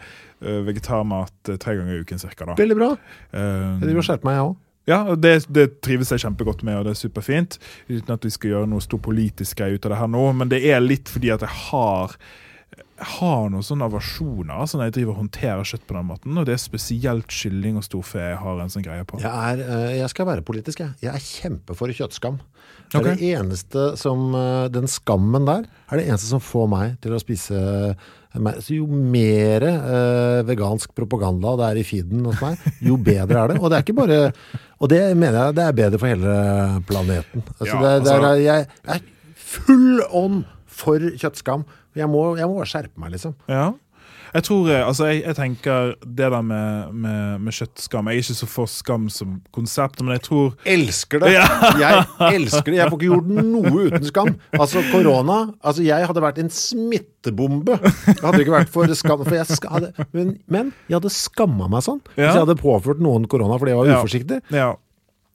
S2: vegetarmat eh, tre ganger i uken cirka. Da.
S1: Veldig bra.
S2: Eh,
S1: Jeg driver og skjerper meg, jeg òg.
S2: Ja, og det, det trives jeg kjempegodt med, og det er superfint. Uten at vi skal gjøre noe stor politisk greie ut av det her nå, men det er litt fordi at jeg har jeg har noen sånne aversjoner altså når jeg driver og håndterer kjøtt på den måten. Og det er spesielt kylling og storfe jeg har en sånn greie på.
S1: Jeg, er, eh, jeg skal være politisk, jeg. Jeg er kjempe for kjøttskam. Det er
S2: Ok.
S1: det eneste som, eh, Den skammen der er det eneste som får meg til å spise eh, mer. Så jo mer eh, vegansk propaganda det er i feeden hos meg, jo bedre er det. Og det er ikke bare Og det mener jeg det er bedre for hele planeten. Altså,
S2: Ja,
S1: det, det er,
S2: altså-
S1: jeg, jeg er full ånd for kjøttskam. Jeg må, jeg må bare skjerpe meg, liksom.
S2: Ja. Jeg tror, eh, altså jeg, jeg tenker det der med, med, med kjøttskam Jeg er ikke så for skam som konsept, men jeg tror
S1: elsker det. Jeg elsker det. Jeg får ikke gjort noe uten skam. Altså, korona Altså, jeg hadde vært en smittebombe. Jeg hadde ikke vært for skam. For jeg ska, hadde, men, men jeg hadde skamma meg sånn hvis
S2: Ja.
S1: jeg hadde påført noen korona fordi jeg var
S2: Ja.
S1: uforsiktig.
S2: Ja.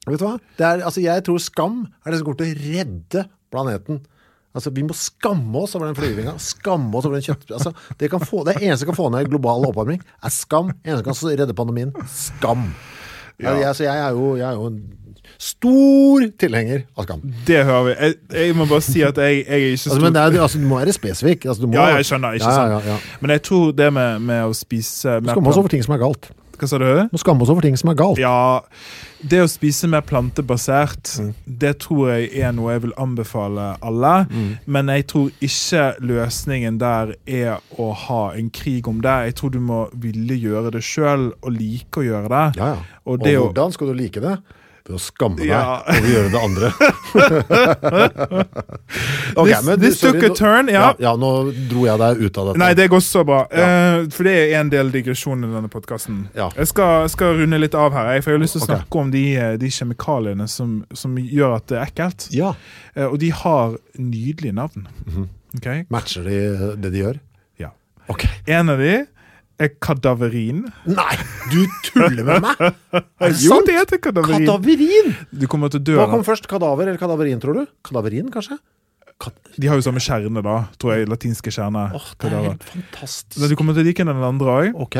S1: Vet du hva? Det er, altså, jeg tror skam er det som kommer til å redde planeten. Altså, Vi må skamme oss over den flyginga. Skamme oss over den kjøtt... Altså, det, kan få, det eneste som kan få ned global oppvarming, er skam. Det eneste som kan redde pandemien, skam. Jeg, jeg, så jeg er, jo, jeg er jo en stor tilhenger av skam.
S2: Det hører vi. Jeg, jeg må bare si at jeg, jeg er ikke
S1: Altså,
S2: stor-
S1: men det er, altså, du må være spesifikk. Altså, du må,
S2: Ja, jeg skjønner. ikke
S1: ja,
S2: sant?
S1: ja, ja, ja.
S2: Men jeg tror det med, med å spise mer
S1: Skamme oss
S2: plant-
S1: over ting som er galt.
S2: Hva sa du?
S1: Du må skamme oss over ting som er galt.
S2: Ja, det å spise mer plantebasert,
S1: Mm.
S2: det tror jeg er noe jeg vil anbefale alle.
S1: Mm.
S2: Men jeg tror ikke løsningen der er å ha en krig om det. Jeg tror du må ville gjøre det sjøl, og like å gjøre det.
S1: Ja, ja.
S2: Og
S1: Og,
S2: det å
S1: hvordan skal du like det? sluppe å skamme deg
S2: Ja.
S1: over å gjøre det andre. Ok,
S2: This-
S1: men du,
S2: this
S1: sorry,
S2: took a
S1: nå-
S2: turn, ja.
S1: ja. Ja, nå dro jeg deg ut av dette.
S2: Nei, det går så bra. Eh, for det er en del digresjon i denne podkasten.
S1: Ja.
S2: Jeg, skal- jeg skal runde litt av her, jeg, for jeg har lyst til å
S1: Ok.
S2: snakke om de, eh, de kjemikaliene som, som gjør at det er ekkelt.
S1: Ja, Mhm.
S2: Eh, og de har nydelige navn. Ok?
S1: Matcher de det de gjør?
S2: Ja.
S1: Ok.
S2: En av de er kadaverin.
S1: Nei, du tuller med meg! Er det
S2: Jo,
S1: sant?
S2: det heter kadaverin.
S1: Kadaverin!
S2: du kommer til å dø.
S1: Hva
S2: av
S1: kom først? Kadaver eller kadaverin, tror du? Kadaverin, kanskje? Kat
S2: De har jo samme kjerne, da. Tror jeg, latinske kjerne.
S1: Åh, det er
S2: Kadaver.
S1: helt fantastisk.
S2: Men du kommer til å like den andre òg.
S1: Ok.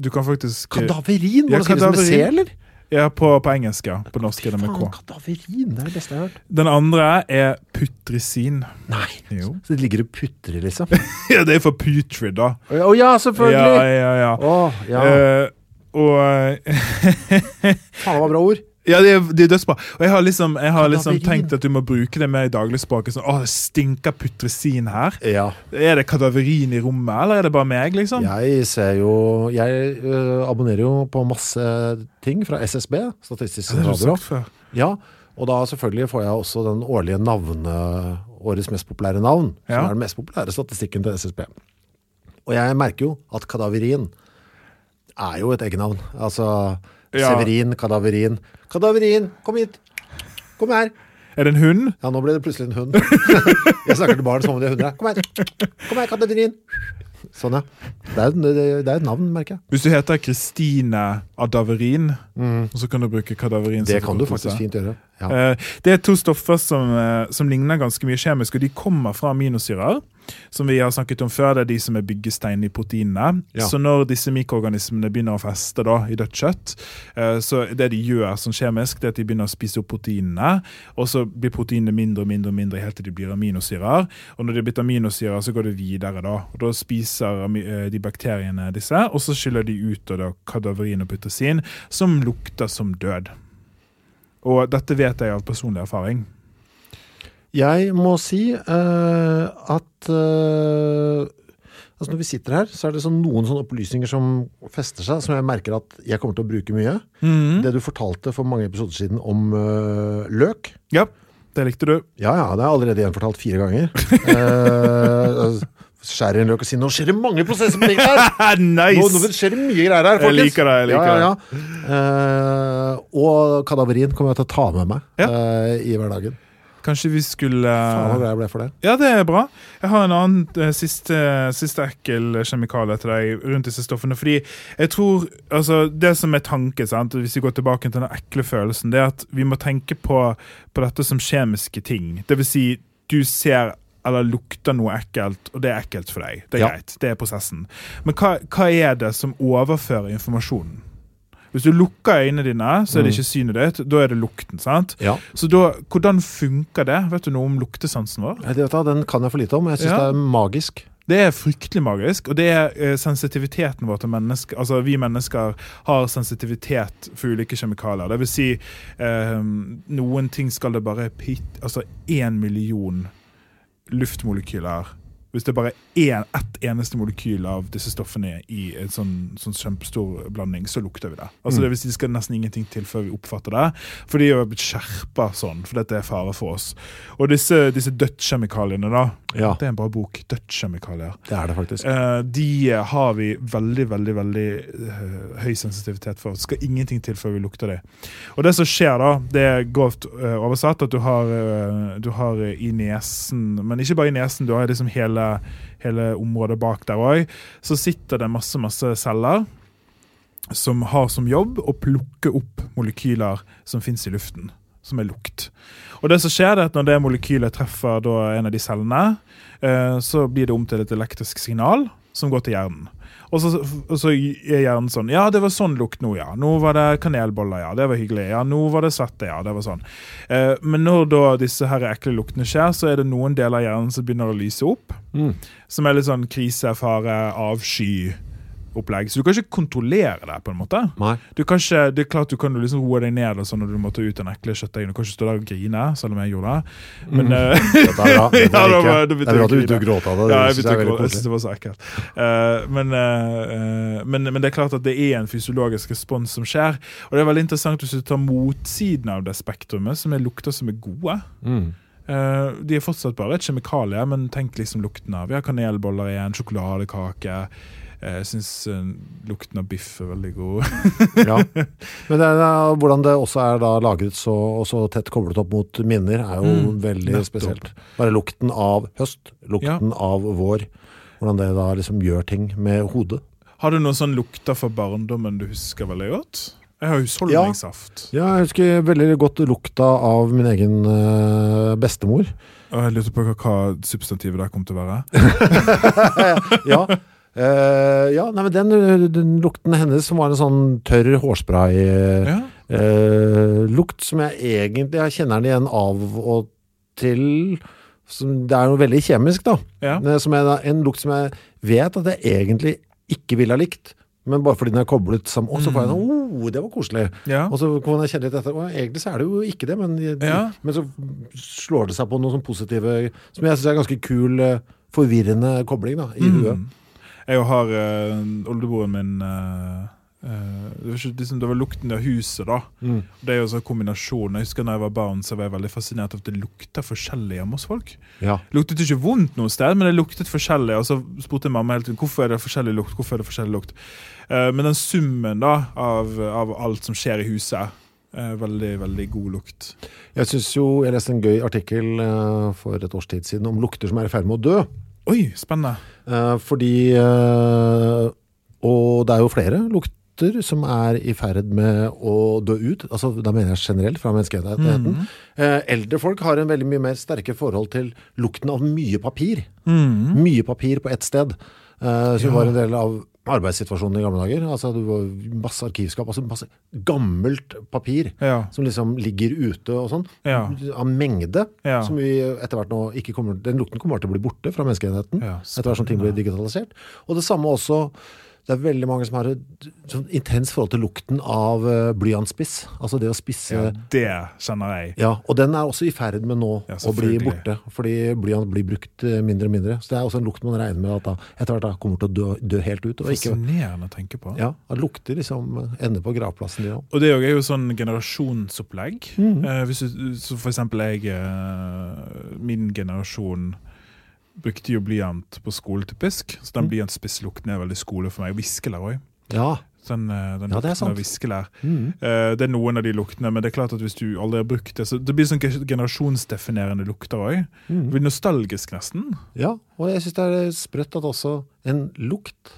S2: Du kan faktisk
S1: Kadaverin?
S2: Ja,
S1: Må det skrives med C,
S2: kadaverin.
S1: eller?
S2: Ja, på, på engelsk, ja. På norsk er det med
S1: Faen,
S2: K.
S1: kadaverin! Det er det beste jeg har hørt.
S2: Den andre er putrisin.
S1: Nei!
S2: Jo.
S1: Så det ligger og putrer, liksom? Å
S2: Ja, det er for putrid, da.
S1: ja, å ja, selvfølgelig!
S2: Ja, ja, ja.
S1: Å, ja.
S2: Eh, og
S1: Faen, det var bra ord.
S2: Ja, det er, det er dødsbra. Og jeg har liksom, jeg har liksom
S1: Kadaverin.
S2: tenkt at du må bruke det mer i dagligspråket. Sånn, Å, det stinker putresin her.
S1: Ja.
S2: Er det kadaverin i rommet, eller er det bare meg, liksom?
S1: Jeg ser jo Jeg øh, abonnerer jo på masse ting fra SSB, Statistisk
S2: det har du
S1: sentralbyrå.
S2: sagt før.
S1: Ja, og da selvfølgelig får jeg også den årlige navne, årets mest populære navn, som
S2: Ja.
S1: er den mest populære statistikken til SSB. Og jeg merker jo at kadaverin er jo et egennavn. Altså
S2: Ja.
S1: Severin, kadaverin. Kadaverin, kom hit! Kom her!
S2: Er det en hund?
S1: Ja, nå ble det plutselig en hund. jeg snakker til barn som om de er hunder. Kom her! Kom her, kadaverin! Sånn, ja. Det er, det er et navn, merker jeg.
S2: Hvis du heter Kristine Adaverin, så kan du bruke kadaverin.
S1: Mm.
S2: som
S1: Det kan du
S2: forkortelse.
S1: faktisk fint gjøre. Ja.
S2: Eh, Det er to stoffer som, eh, som ligner ganske mye kjemisk, og de kommer fra aminosyrer. Som vi har snakket om før, det er de som er byggestein i proteinene.
S1: Ja.
S2: Så når disse mikroorganismene begynner å feste da, i dødt kjøtt, eh, så det de gjør sånn kjemisk, det er at de begynner å spise opp proteinene, og så blir proteinene mindre og mindre og mindre helt til de blir aminosyrer. Og når de er blitt aminosyrer, så går det videre da. Og da spiser ami- eh, de bakteriene disse, og så skyller de ut da, da, kadaverin og putrosin, som lukter som død. Og dette vet jeg av personlig erfaring.
S1: Jeg må si eh, at eh, altså når vi sitter her, så er det sånn noen sånne opplysninger som fester seg, som jeg merker at jeg kommer til å bruke mye. Det du fortalte for mange episoder siden om eh, løk.
S2: Ja, det likte du.
S1: Ja, ja, det er allerede gjenfortalt fire ganger. Eh, skjærer en løk og sier 'nå skjer det mange prosesser på ting her'! Nå, nå
S2: nice!
S1: skjer det mye greier her,
S2: Jeg
S1: folkens!
S2: liker det, jeg liker
S1: ja, ja, ja. Eh, og kadaverin kommer jeg til å ta med meg
S2: Ja.
S1: eh, i hverdagen.
S2: Kanskje vi skulle
S1: Faen, hvor glad jeg ble for det.
S2: Ja, det er bra. Jeg har en annen eh, siste, siste ekkel kjemikalie til deg rundt disse stoffene. Fordi jeg tror altså, Det som er tanken, sant? hvis vi går tilbake til den ekle følelsen, det er at vi må tenke på, på dette som kjemiske ting. Det vil si, du ser eller lukter noe ekkelt, og det er ekkelt for deg. Det er
S1: Ja.
S2: greit. Det er prosessen. Men hva, hva er det som overfører informasjonen? Hvis du lukker øynene dine, så er det ikke synet ditt. Da er det lukten. sant?
S1: Mm. Ja.
S2: Så da, hvordan funker det? Vet du noe om luktesansen vår?
S1: Jeg vet, da, den kan jeg for lite om. Jeg syns
S2: Ja.
S1: det er magisk.
S2: Det er fryktelig magisk, og det er eh, sensitiviteten vår til mennesker. Altså, vi mennesker har sensitivitet for ulike kjemikalier. Det vil si, eh, noen ting skal det bare pit, Altså én million luftmolekyler. Hvis det bare er ett eneste molekyl av disse stoffene i en sånn, sånn kjempestor blanding, så lukter vi det. Altså det vil si Det skal nesten ingenting til før vi oppfatter det. For de har blitt skjerpa sånn, for dette er fare for oss. Og disse, disse dødskjemikaliene, da.
S1: Ja.
S2: Det er en bra bok. Dødskjemikalier.
S1: Det er det faktisk.
S2: Eh, de har vi veldig veldig, veldig eh, høy sensitivitet for. Det skal ingenting til før vi lukter det. Og det som skjer da, det er grovt eh, oversatt at du har, eh, du har eh, i nesen Men ikke bare i nesen, du har liksom hele, hele området bak der òg. Så sitter det masse, masse celler som har som jobb å plukke opp molekyler som fins i luften, som er lukt. Og det som skjer det er at Når det molekylet treffer da en av de cellene, eh, så blir det om til et elektrisk signal som går til hjernen. Og så, og så er hjernen sånn Ja, det var sånn lukt nå, ja. Nå var det kanelboller, ja. Det var hyggelig. Ja, nå var det svette, ja. Det var sånn. Eh, men når da disse her ekle luktene skjer, så er det noen deler av hjernen som begynner å lyse opp. Som er litt sånn krise, fare, avsky opplegg. Så du kan ikke kontrollere det. på en måte.
S1: Nei.
S2: Du kan ikke, det er klart du kan jo liksom roe deg ned og sånn, når du måtte ut av ekle kjøttdeigen. Du kan ikke stå der og grine, selv om jeg gjorde det. Men, eh,
S1: Dette er bra. Det,
S2: Ja,
S1: var
S2: det
S1: ikke.
S2: var- det
S1: det er bra at du
S2: betyr
S1: begynte å
S2: ikke
S1: gråte av det.
S2: ja, jeg
S1: Det synes jeg er veldig
S2: begynte å gråte. Jeg synes
S1: koselig.
S2: det var så ekkelt. Eh, men, eh, eh, men, men det er klart at det er en fysiologisk respons som skjer. Og det er veldig interessant hvis du tar motsiden av det spektrumet, som er lukter som er gode.
S1: Mm.
S2: Eh, de er fortsatt bare et kjemikalie, men tenk liksom lukten av ja, kanelboller igjen, sjokoladekake. Eh, Jeg syns lukten av biff er veldig god.
S1: Ja. Men det er, da- hvordan det også er da lagret så, og så tett koblet opp mot minner, er jo veldig
S2: Mm, nettopp.
S1: spesielt. Bare lukten av høst, lukten av vår, hvordan det da liksom gjør ting med hodet.
S2: Har du noen sånn lukter fra barndommen du husker veldig godt? Jeg har husholdningssaft.
S1: Ja, jeg husker veldig godt lukta av min egen eh, bestemor.
S2: Og Jeg lurte på hva, hva substantivet der kom til å være.
S1: Ja, Eh, ja nei, men den, den lukten hennes som var en sånn tørr hårspray eh,
S2: Ja.
S1: eh, Lukt som jeg egentlig Jeg kjenner den igjen av og til som, Det er jo veldig kjemisk da
S2: Ja.
S1: Men som er da en lukt som jeg vet at jeg egentlig ikke ville ha likt men bare fordi den er koblet sammen, og så får jeg sånn, oh, det var koselig.
S2: Mm. Ja.
S1: Og så kan jeg kjenne litt etter, «Å, egentlig så er det jo ikke det, men,
S2: Ja.
S1: men så slår det seg på noen sånn positive, som jeg synes er ganske kul, eh, forvirrende kobling da,
S2: Mm.
S1: i huet.
S2: Jeg har eh, oldebroren min eh, eh, det, var ikke, liksom, det var lukten av huset, da.
S1: Mm.
S2: Det er jo sånn kombinasjon. Jeg husker da jeg var barn, så var jeg veldig fascinert av at det lukta forskjellig hjemme hos folk.
S1: Ja.
S2: Det luktet ikke vondt noe sted, men det luktet forskjellig. Og så spurte jeg mamma hele tiden hvorfor er det forskjellig lukt. hvorfor er det forskjellig lukt. Eh, men den summen da, av, av alt som skjer i huset, er veldig, veldig god lukt.
S1: Jeg synes jo, jeg leste en gøy artikkel eh, for et års tid siden om lukter som er i ferd med å dø.
S2: Oi, spennende!
S1: Eh, fordi eh, Og det er jo flere lukter som er i ferd med å dø ut. Altså, da mener jeg generelt fra menneskeheten.
S2: Mm.
S1: Eh, eldre folk har en veldig mye mer sterke forhold til lukten av mye papir.
S2: Mm.
S1: Mye papir på ett sted. Eh, som var en del av arbeidssituasjonen i gamle dager. Altså, det var masse arkivskap, altså masse gammelt papir
S2: Ja.
S1: som liksom ligger ute og sånn.
S2: Ja.
S1: Av mengde.
S2: Ja.
S1: Som vi etter hvert nå ikke kommer Den lukten kommer til å bli borte fra menneskeheten
S2: Ja,
S1: etter hvert som ting blir digitalisert. Og det samme også det er veldig mange som har et sånn intenst forhold til lukten av eh, blyantspiss. Altså det å spisse
S2: Ja,
S1: ja.
S2: det kjenner jeg.
S1: Og den er også i ferd med nå
S2: Ja,
S1: å bli
S2: selvfølgelig.
S1: borte. Fordi blyant blir brukt eh, mindre og mindre. Så det er også en lukt man regner med at da, etter hvert da kommer til å dø, dø helt ut. Og ikke,
S2: Fascinerende å tenke på.
S1: ja, det lukter liksom eh, ender på gravplassen de òg.
S2: Og det er jo- er jo sånn generasjonsopplegg.
S1: Mm.
S2: Eh, hvis du, så for eksempel jeg, eh, min generasjon brukte jo blyant på skolen typisk, så
S1: Mm.
S2: den blyantspisslukten er veldig skole for meg. Viskelær òg.
S1: Ja.
S2: Den, eh, den
S1: Ja, det er
S2: lukten
S1: sant. Mm.
S2: av viskelær. Eh, det er noen av de luktene, men det er klart at hvis du aldri har brukt det, så det blir sånn ge- generasjonsdefinerende lukter òg. Det
S1: Mm.
S2: blir nostalgisk nesten.
S1: Ja, og jeg syns det er sprøtt at også en lukt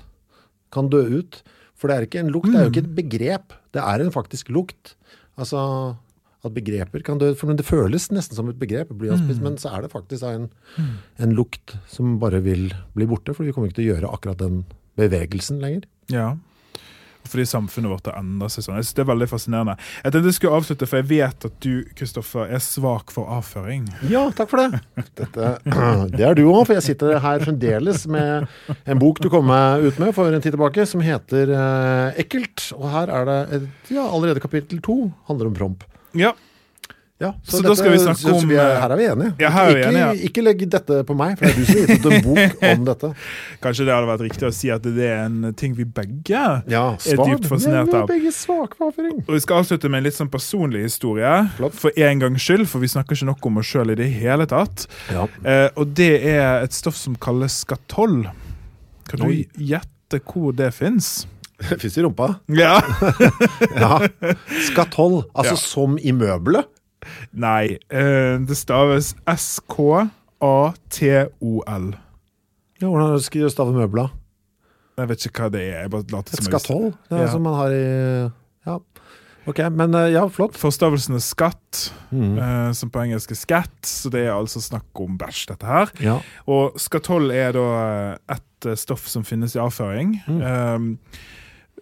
S1: kan dø ut. For det er ikke en lukt, det er jo ikke et begrep. Det er en faktisk lukt. Altså at begreper kan dø ut. For men det føles nesten som et begrep, blyantspiss, men så er det faktisk da en, en lukt som bare vil bli borte, for vi kommer ikke til å gjøre akkurat den bevegelsen lenger.
S2: Ja. Fordi samfunnet vårt har endret seg sånn. Jeg synes Det er veldig fascinerende. Jeg tenkte jeg skulle avslutte, for jeg vet at du Kristoffer, er svak for avføring.
S1: Ja, takk for det. Dette, det er du òg, for jeg sitter her fremdeles med en bok du kom meg ut med for en tid tilbake, som heter eh, Ekkelt. Og her er det et, ja, allerede kapittel to handler om promp.
S2: Ja,
S1: Ja,
S2: Så da skal vi snakke
S1: så- så
S2: om,
S1: vi er,
S2: eh,
S1: Her er vi enige.
S2: ja, her er vi
S1: ikke,
S2: enige, ja.
S1: ikke legg dette på meg, for det er du som har gitt ut en bok om dette.
S2: Kanskje det hadde vært riktig å si at det er en ting vi begge
S1: Ja,
S2: er dypt fascinert
S1: Vi er
S2: av.
S1: begge svake for avføring.
S2: Og Vi skal avslutte med en litt sånn personlig historie,
S1: Flott.
S2: for en gangs skyld, for vi snakker ikke nok om oss sjøl i det hele tatt.
S1: Ja.
S2: Eh, og det er et stoff som kalles skatoll. Kan du
S1: Oi.
S2: gjette hvor det fins?
S1: Fins i rumpa.
S2: Ja.
S1: Ja. Skatoll, altså
S2: Ja.
S1: som i møbelet.
S2: Nei, eh, det staves S-K-A-T-O-L.
S1: Ja, hvordan skal du stave møbla?
S2: Jeg vet ikke hva det er. jeg bare later
S1: Et
S2: som jeg visste.
S1: skatoll, det er
S2: Ja.
S1: som man har i Ja, ok, men eh, ja, flott.
S2: Forstavelsen er skatt, eh, som på engelsk er skatt, så det er altså snakk om bæsj, dette her.
S1: Ja.
S2: Og skatoll er da eh, et eh, stoff som finnes i avføring. ehm,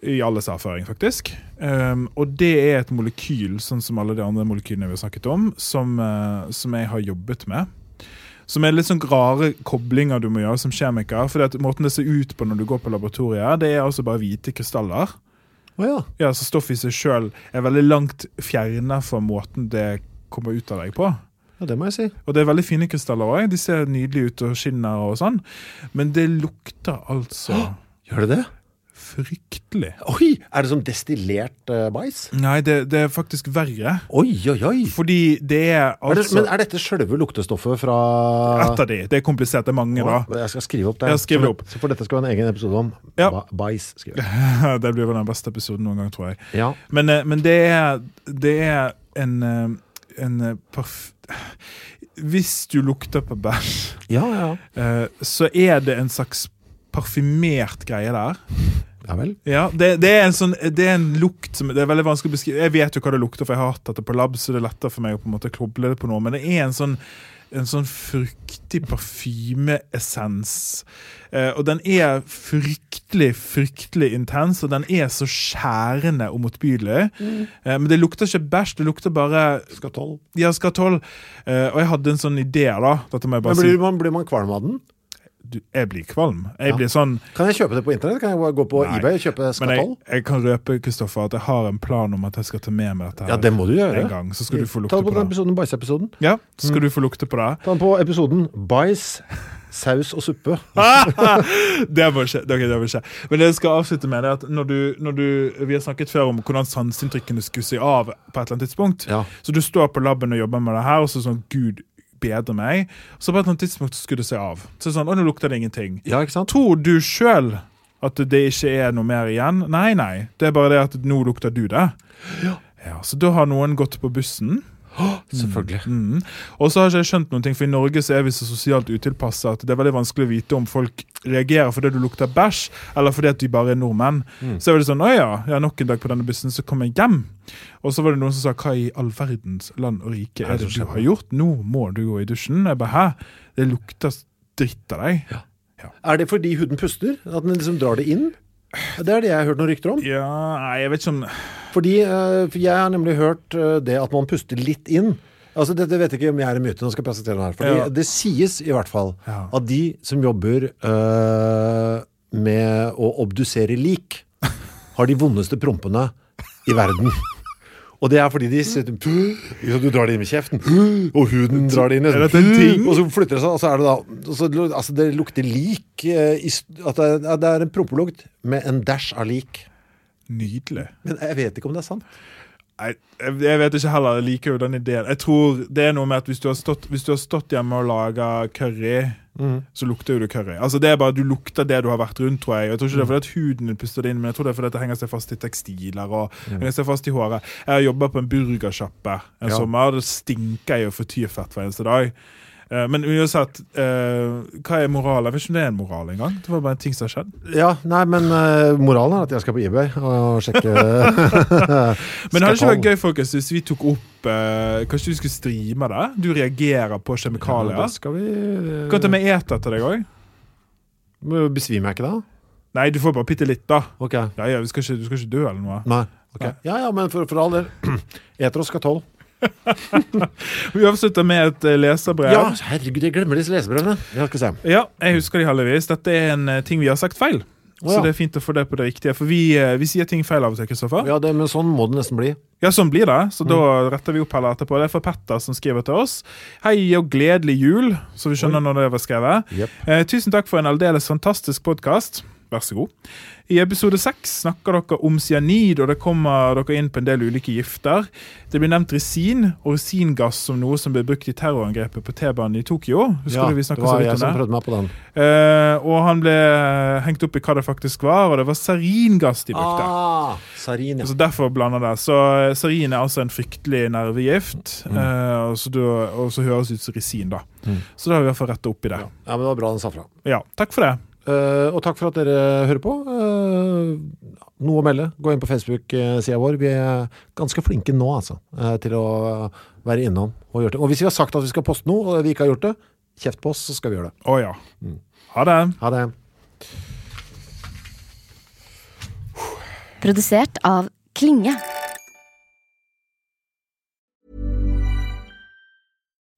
S2: I alles avføring, faktisk. Ehm, og det er et molekyl, sånn som alle de andre molekylene vi har snakket om, som, eh, som jeg har jobbet med. Som er litt sånn rare koblinger du må gjøre som kjemiker. Fordi at måten det ser ut på når du går på laboratoriet, det er altså bare hvite krystaller.
S1: Å ja.
S2: Ja, Så stoffet i seg sjøl er veldig langt fjerna fra måten det kommer ut av deg på.
S1: ja, det må jeg si.
S2: Og det er veldig fine krystaller òg. De ser nydelige ut og skinner og sånn. Men det lukter altså
S1: Gjør det det?
S2: fryktelig.
S1: Oi! Er det
S2: sånn
S1: som destillert eh, mais?
S2: Nei, det, det er faktisk verre.
S1: Oi, oi, oi!
S2: Fordi det er
S1: Er det,
S2: altså
S1: men er dette sjølve luktestoffet fra
S2: Et av de. Det er komplisert. Det er mange, da.
S1: Jeg skal skrive opp det.
S2: Ja, skriv det opp.
S1: Så for dette skal være en egen episode om
S2: Ja.
S1: Ba- bais. skriver jeg.
S2: det blir vel den beste episoden noen gang, tror jeg.
S1: Ja.
S2: Men, eh, men det er, det er en, eh, en eh, parf... Hvis du lukter på bæsj,
S1: ja, ja.
S2: eh, så er det en slags parfymert greie der.
S1: Ja vel.
S2: Ja, det, det, er en sånn, det er en lukt som Det er veldig vanskelig å beskrive. Jeg vet jo hva det lukter, for jeg har hatt dette på lab, så det er lettere for meg å på en måte koble det på noe. Men det er en sånn, en sånn fruktig parfymeessens. Eh, og den er fryktelig, fryktelig intens, og den er så skjærende og motbydelig.
S1: Mm.
S2: Eh, men det lukter ikke bæsj, det lukter bare
S1: Skal tolv.
S2: Ja, skatol. Eh, og jeg hadde en sånn idé, da. Dette må jeg
S1: Men
S2: bare
S1: blir
S2: si.
S1: man, blir man kvalm av den?
S2: Du, jeg blir kvalm. Jeg
S1: Ja.
S2: blir sånn
S1: Kan jeg kjøpe det på internett? Kan jeg bare gå på
S2: Nei.
S1: eBay og kjøpe
S2: Men jeg,
S1: skatol?
S2: jeg kan røpe Kristoffer at jeg har en plan om at jeg skal ta med meg dette her
S1: Ja, det må du gjøre.
S2: en gang. Så skal du få
S1: Ta
S2: lukte
S1: den på
S2: på
S1: den
S2: det.
S1: episoden, Mm. bæsjeepisoden.
S2: Ja, så skal du få lukte på det.
S1: Ta den på episoden bais, saus og suppe.
S2: Det må skje. Ok, det må skje. Men det jeg skal avslutte med, det er at når du, når du Vi har snakket før om hvordan sanseinntrykkene skulle se av på et eller annet tidspunkt.
S1: Ja.
S2: Så du står på laben og jobber med det her, og så sånn Gud bedre meg. Så på et eller annet tidspunkt så skulle det se av. Så sånn, Og nå lukter det ingenting.
S1: Ja, ikke sant?
S2: Tror du sjøl at det ikke er noe mer igjen? Nei, nei. Det er bare det at nå lukter du det. Ja, Så da har noen gått på bussen.
S1: Selvfølgelig.
S2: Mm. Og så har ikke jeg skjønt noen ting, for I Norge så er vi så sosialt utilpassa at det er veldig vanskelig å vite om folk reagerer fordi du lukter bæsj, eller fordi at de bare er nordmenn. Så er det sånn Å ja, ja, nok en dag på denne bussen, så kom jeg hjem. Og så var det noen som sa Hva i all verdens land og rike er det du har gjort? Nå må du gå i dusjen. Jeg bare Hæ? Det lukter dritt av deg.
S1: Er det fordi huden puster? At den liksom drar det inn? Det er det jeg har hørt noen rykter om.
S2: Ja, nei, jeg vet ikke om
S1: Fordi eh, for jeg har nemlig hørt eh, det at man puster litt inn. Altså, Dette vet jeg ikke om jeg er en myte. Nå skal jeg presentere den her. Fordi
S2: Ja.
S1: Det sies i hvert fall
S2: Ja.
S1: at de som jobber eh, med å obdusere lik, har de vondeste prompene i verden. Og det er fordi de sitter Ikke sant, Du drar det inn med kjeften, og huden drar det inn.
S2: Er dette en ting?
S1: Og så flytter det seg, og så er det da og så, Altså, det lukter lik eh, i, st- at det, er- at det er en prompelukt med en dash av lik.
S2: Nydelig.
S1: Men jeg vet ikke om det er sant.
S2: Nei, jeg, jeg vet ikke heller. Jeg liker jo den ideen. Jeg tror det er noe med at Hvis du har stått, hvis du har stått hjemme og laga curry, så lukter jo du curry. Altså det er bare Du lukter det du har vært rundt, tror jeg. Og jeg tror ikke det er fordi at huden din puster det inn, men jeg tror det er fordi at det henger seg fast i tekstiler og henger seg fast i håret. Jeg har jobba på en burgersjappe en
S1: Ja.
S2: sommer. Det stinker jo frityrfett hver eneste dag. Eh, Men uansett, eh, hva er moralen? Jeg vet ikke om det er en moral engang. Det var bare en ting som har skjedd.
S1: Ja, nei, men eh, moralen er at jeg skal på eBay og sjekke
S2: Men hadde det ikke vært
S1: Skatol.
S2: gøy folkens, hvis vi tok opp eh, Kanskje vi skulle streame det? Du reagerer på kjemikalier.
S1: Da skal vi eh,
S2: Kan ta med eter til deg òg?
S1: må- eh, Besvimer jeg ikke da?
S2: Nei, du får bare bitte litt, da.
S1: Ok.
S2: Ja, ja, vi skal ikke, Du skal ikke dø eller noe.
S1: Nei. ok. Ja ja, men for, for all del. Eter og skatol.
S2: Vi avslutter med et eh, leserbrev.
S1: Ja, herregud, jeg glemmer disse lesebrevene. Ja, skal vi se.
S2: Ja, jeg husker de heldigvis. Dette er en eh, ting vi har sagt feil.
S1: Å, ja.
S2: Så det er fint å få det på det riktige. For vi, eh, vi sier ting feil av og til. Kristoffer.
S1: Ja, det, men sånn må det nesten bli.
S2: Ja, sånn blir det. Så
S1: Mm.
S2: da retter vi opp heller etterpå. Det er fra Petter som skriver til oss. Hei og gledelig jul, så vi skjønner når det var skrevet.
S1: Jep.
S2: Eh, tusen takk for en aldeles fantastisk podkast. Vær så god. I episode seks snakker dere om cyanid, og det kommer dere inn på en del ulike gifter. Det blir nevnt resin og resingass som noe som ble brukt i terrorangrepet på T-banen i Tokyo. Husker
S1: Ja,
S2: du vi
S1: det
S2: snakket så
S1: var jeg
S2: vidt
S1: som
S2: om det?
S1: prøvde meg på den.
S2: Eh, og han ble hengt opp i hva det faktisk var, og det var saringass de brukte.
S1: Ah, sarin, ja.
S2: Så derfor blander det. Så eh, sarin er altså en fryktelig nervegift, eh, og, så du, og så høres det ut som resin, da. Så da har vi i hvert fall retta opp i det.
S1: ja. Men det var bra den sa fra.
S2: Ja, takk for det.
S1: Eh, og takk for at dere hører på. Eh, noe å melde. Gå inn på Facebook-sida vår. Vi er ganske flinke nå altså, eh, til å være innom og gjøre ting. Og hvis vi har sagt at vi skal poste noe, og vi ikke har gjort det, kjeft på oss, så skal vi gjøre det.
S2: Å ja. Ha det.
S1: Ha det.
S3: Produsert av Klinge.